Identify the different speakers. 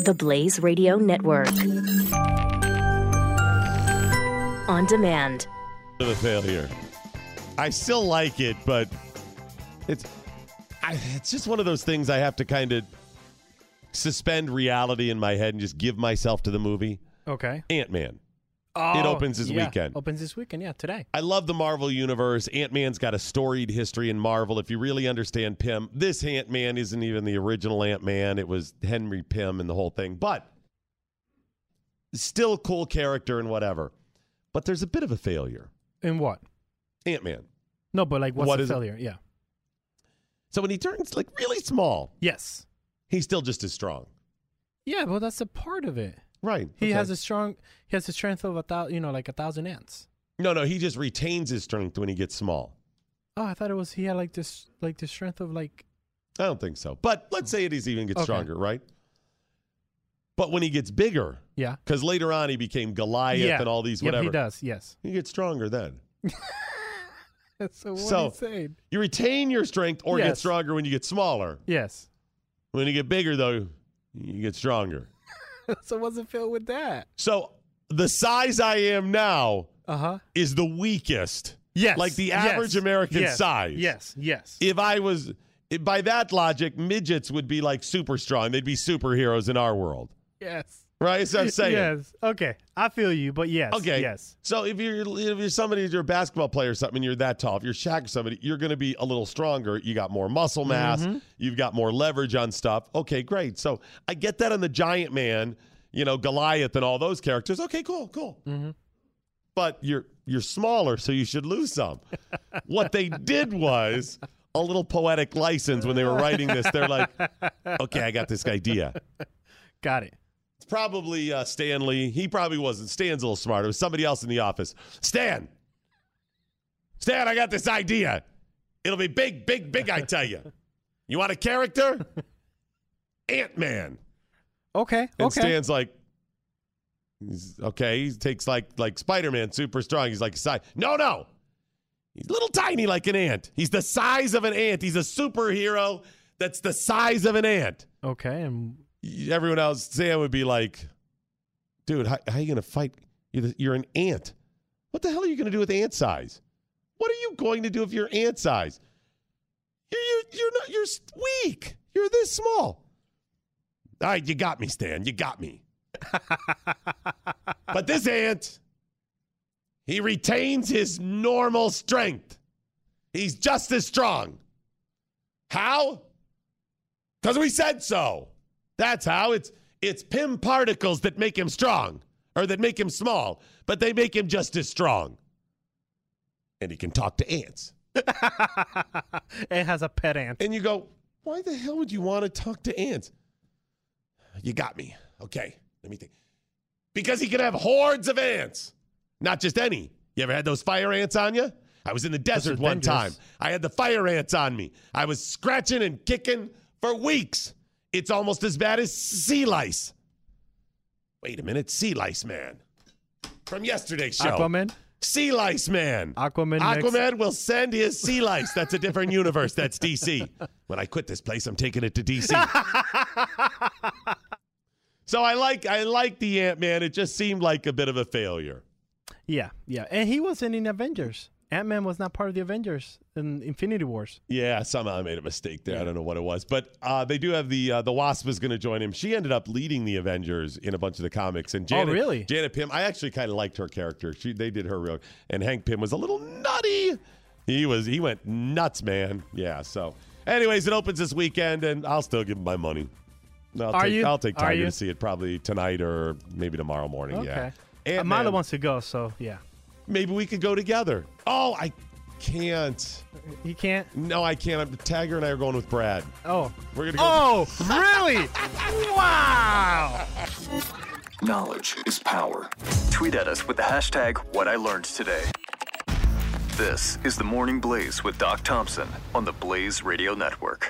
Speaker 1: The Blaze Radio Network. On demand.
Speaker 2: of a failure. I still like it, but it's I, it's just one of those things I have to kind of suspend reality in my head and just give myself to the movie.
Speaker 3: Okay.
Speaker 2: Ant Man.
Speaker 3: Oh,
Speaker 2: opens this
Speaker 3: yeah,
Speaker 2: weekend.
Speaker 3: Opens this weekend. Yeah, today.
Speaker 2: I love the Marvel universe. Ant Man's got a storied history in Marvel. If you really understand Pym, this Ant Man isn't even the original Ant Man. It was Henry Pym and the whole thing, but still cool character and whatever. But there's a bit of a failure.
Speaker 3: In what?
Speaker 2: Ant Man.
Speaker 3: No, but like, what's
Speaker 2: What
Speaker 3: the
Speaker 2: is it?
Speaker 3: failure? Yeah.
Speaker 2: So when he turns like really small,
Speaker 3: Yes.
Speaker 2: he's still just as strong.
Speaker 3: Yeah, well, that's a part of it.
Speaker 2: Right.
Speaker 3: He has a
Speaker 2: a
Speaker 3: strong. He has the strength of a thousand. You know, like a thousand ants.
Speaker 2: no, no. He just retains his strength when he gets small.
Speaker 3: Oh, I thought it was he had like this, like the strength of like.
Speaker 2: I don't think so. But let's say it is even gets
Speaker 3: Okay.
Speaker 2: stronger, right? But when he gets bigger,
Speaker 3: Yeah.
Speaker 2: because later on he became Goliath
Speaker 3: yeah.
Speaker 2: and all these
Speaker 3: Yep,
Speaker 2: whatever,
Speaker 3: he does. Yes.
Speaker 2: he gets stronger then.
Speaker 3: so what
Speaker 2: So-
Speaker 3: are you saying?
Speaker 2: You retain your strength or get
Speaker 3: Yes.
Speaker 2: stronger when you get smaller.
Speaker 3: Yes.
Speaker 2: When you get bigger, though, you get stronger.
Speaker 3: so what's the fail with that?
Speaker 2: So the size I am now
Speaker 3: Uh huh.
Speaker 2: is the weakest.
Speaker 3: Yes.
Speaker 2: Like the
Speaker 3: yes,
Speaker 2: average American
Speaker 3: yes,
Speaker 2: size.
Speaker 3: Yes. Yes.
Speaker 2: if I was if by that logic, midgets would be like super strong. They'd be superheroes in our world,
Speaker 3: yes.
Speaker 2: right? So I'm saying,
Speaker 3: Yes. Okay. I feel you, but yes.
Speaker 2: okay,
Speaker 3: Yes.
Speaker 2: So if you're if you're somebody, you're a basketball player or something, and you're that tall. If you're Shaq or somebody, you're going to be a little stronger. You got more muscle mass.
Speaker 3: Mm-hmm.
Speaker 2: You've got more leverage on stuff. Okay, great. So I get that on the giant man, you know, Goliath and all those characters. Okay, cool, cool.
Speaker 3: Mm-hmm.
Speaker 2: But you're you're smaller, so you should lose some. what they did was a little poetic license when they were writing this. They're like, okay, I got this idea.
Speaker 3: Got it.
Speaker 2: It's probably uh, Stanley. He probably wasn't. Stan's a little smarter. It was somebody else in the office. Stan, Stan, I got this idea. It'll be big, big, big. I tell you. You want a character? Ant Man.
Speaker 3: Okay.
Speaker 2: And
Speaker 3: okay.
Speaker 2: Stan's like, he's, okay. He takes like like Spider Man, super strong. He's like size. No, no. He's little tiny like an ant. He's the size of an ant. He's a superhero that's the size of an ant
Speaker 3: okay. And
Speaker 2: everyone else, Sam would be like, dude, how, how you going to fight? You're, the, you're an ant. What the hell are you going to do with ant size? What are you going to do if you're ant size? You're, you're, you're not, you're s- weak. You're this small. All right, you got me, Stan. You got me. but this ant, he retains his normal strength. He's just as strong. How? Because we said so. That's how it's it's Pym particles that make him strong or that make him small, but they make him just as strong. And he can talk to ants.
Speaker 3: it has a pet ant.
Speaker 2: And you go, why the hell would you want to talk to ants? You got me. Okay, let me think. Because he can have hordes of ants, not just any. You ever had those fire ants on you? I was in the desert
Speaker 3: are
Speaker 2: one time.
Speaker 3: dangerous.
Speaker 2: I had the fire ants on me. I was scratching and kicking for weeks. It's almost as bad as sea lice. Wait a minute, sea lice man. From yesterday's show.
Speaker 3: Aquaman.
Speaker 2: Sea Lice Man.
Speaker 3: Aquaman next-
Speaker 2: Aquaman will send his sea lice. That's a different universe. That's DC. When I quit this place, I'm taking it to DC. so I like I like the Ant Man. It just seemed like a bit of a failure.
Speaker 3: Yeah. Yeah. And he wasn't in Avengers. Ant Man was not part of the Avengers in Infinity Wars.
Speaker 2: Yeah, somehow I made a mistake there. I don't know what it was, but uh, they do have the uh, the Wasp is going to join him. She ended up leading the Avengers in a bunch of the comics. And Janet,
Speaker 3: Oh, really?
Speaker 2: Janet Pym, I actually kind of liked her character. She they did her real, and Hank Pym was a little nutty. He was he went nuts, man. Yeah. So, anyways, it opens this weekend, and I'll still give him my money. I'll
Speaker 3: Are
Speaker 2: take,
Speaker 3: you?
Speaker 2: I'll take
Speaker 3: Are
Speaker 2: Tiger
Speaker 3: you?
Speaker 2: to see it probably tonight or maybe tomorrow morning. Yeah.
Speaker 3: Okay. Uh,
Speaker 2: Ant-Man,
Speaker 3: Milo wants to go, so yeah.
Speaker 2: Maybe we could go together. Oh, I can't.
Speaker 3: He can't.
Speaker 2: No, I can't. Tagger and I are going with Brad.
Speaker 3: Oh.
Speaker 2: We're gonna go.
Speaker 3: Oh, really? wow.
Speaker 4: Knowledge is power. Tweet at us with the hashtag what I learned today. This is the Morning Blaze with Doc Thompson on the Blaze Radio Network.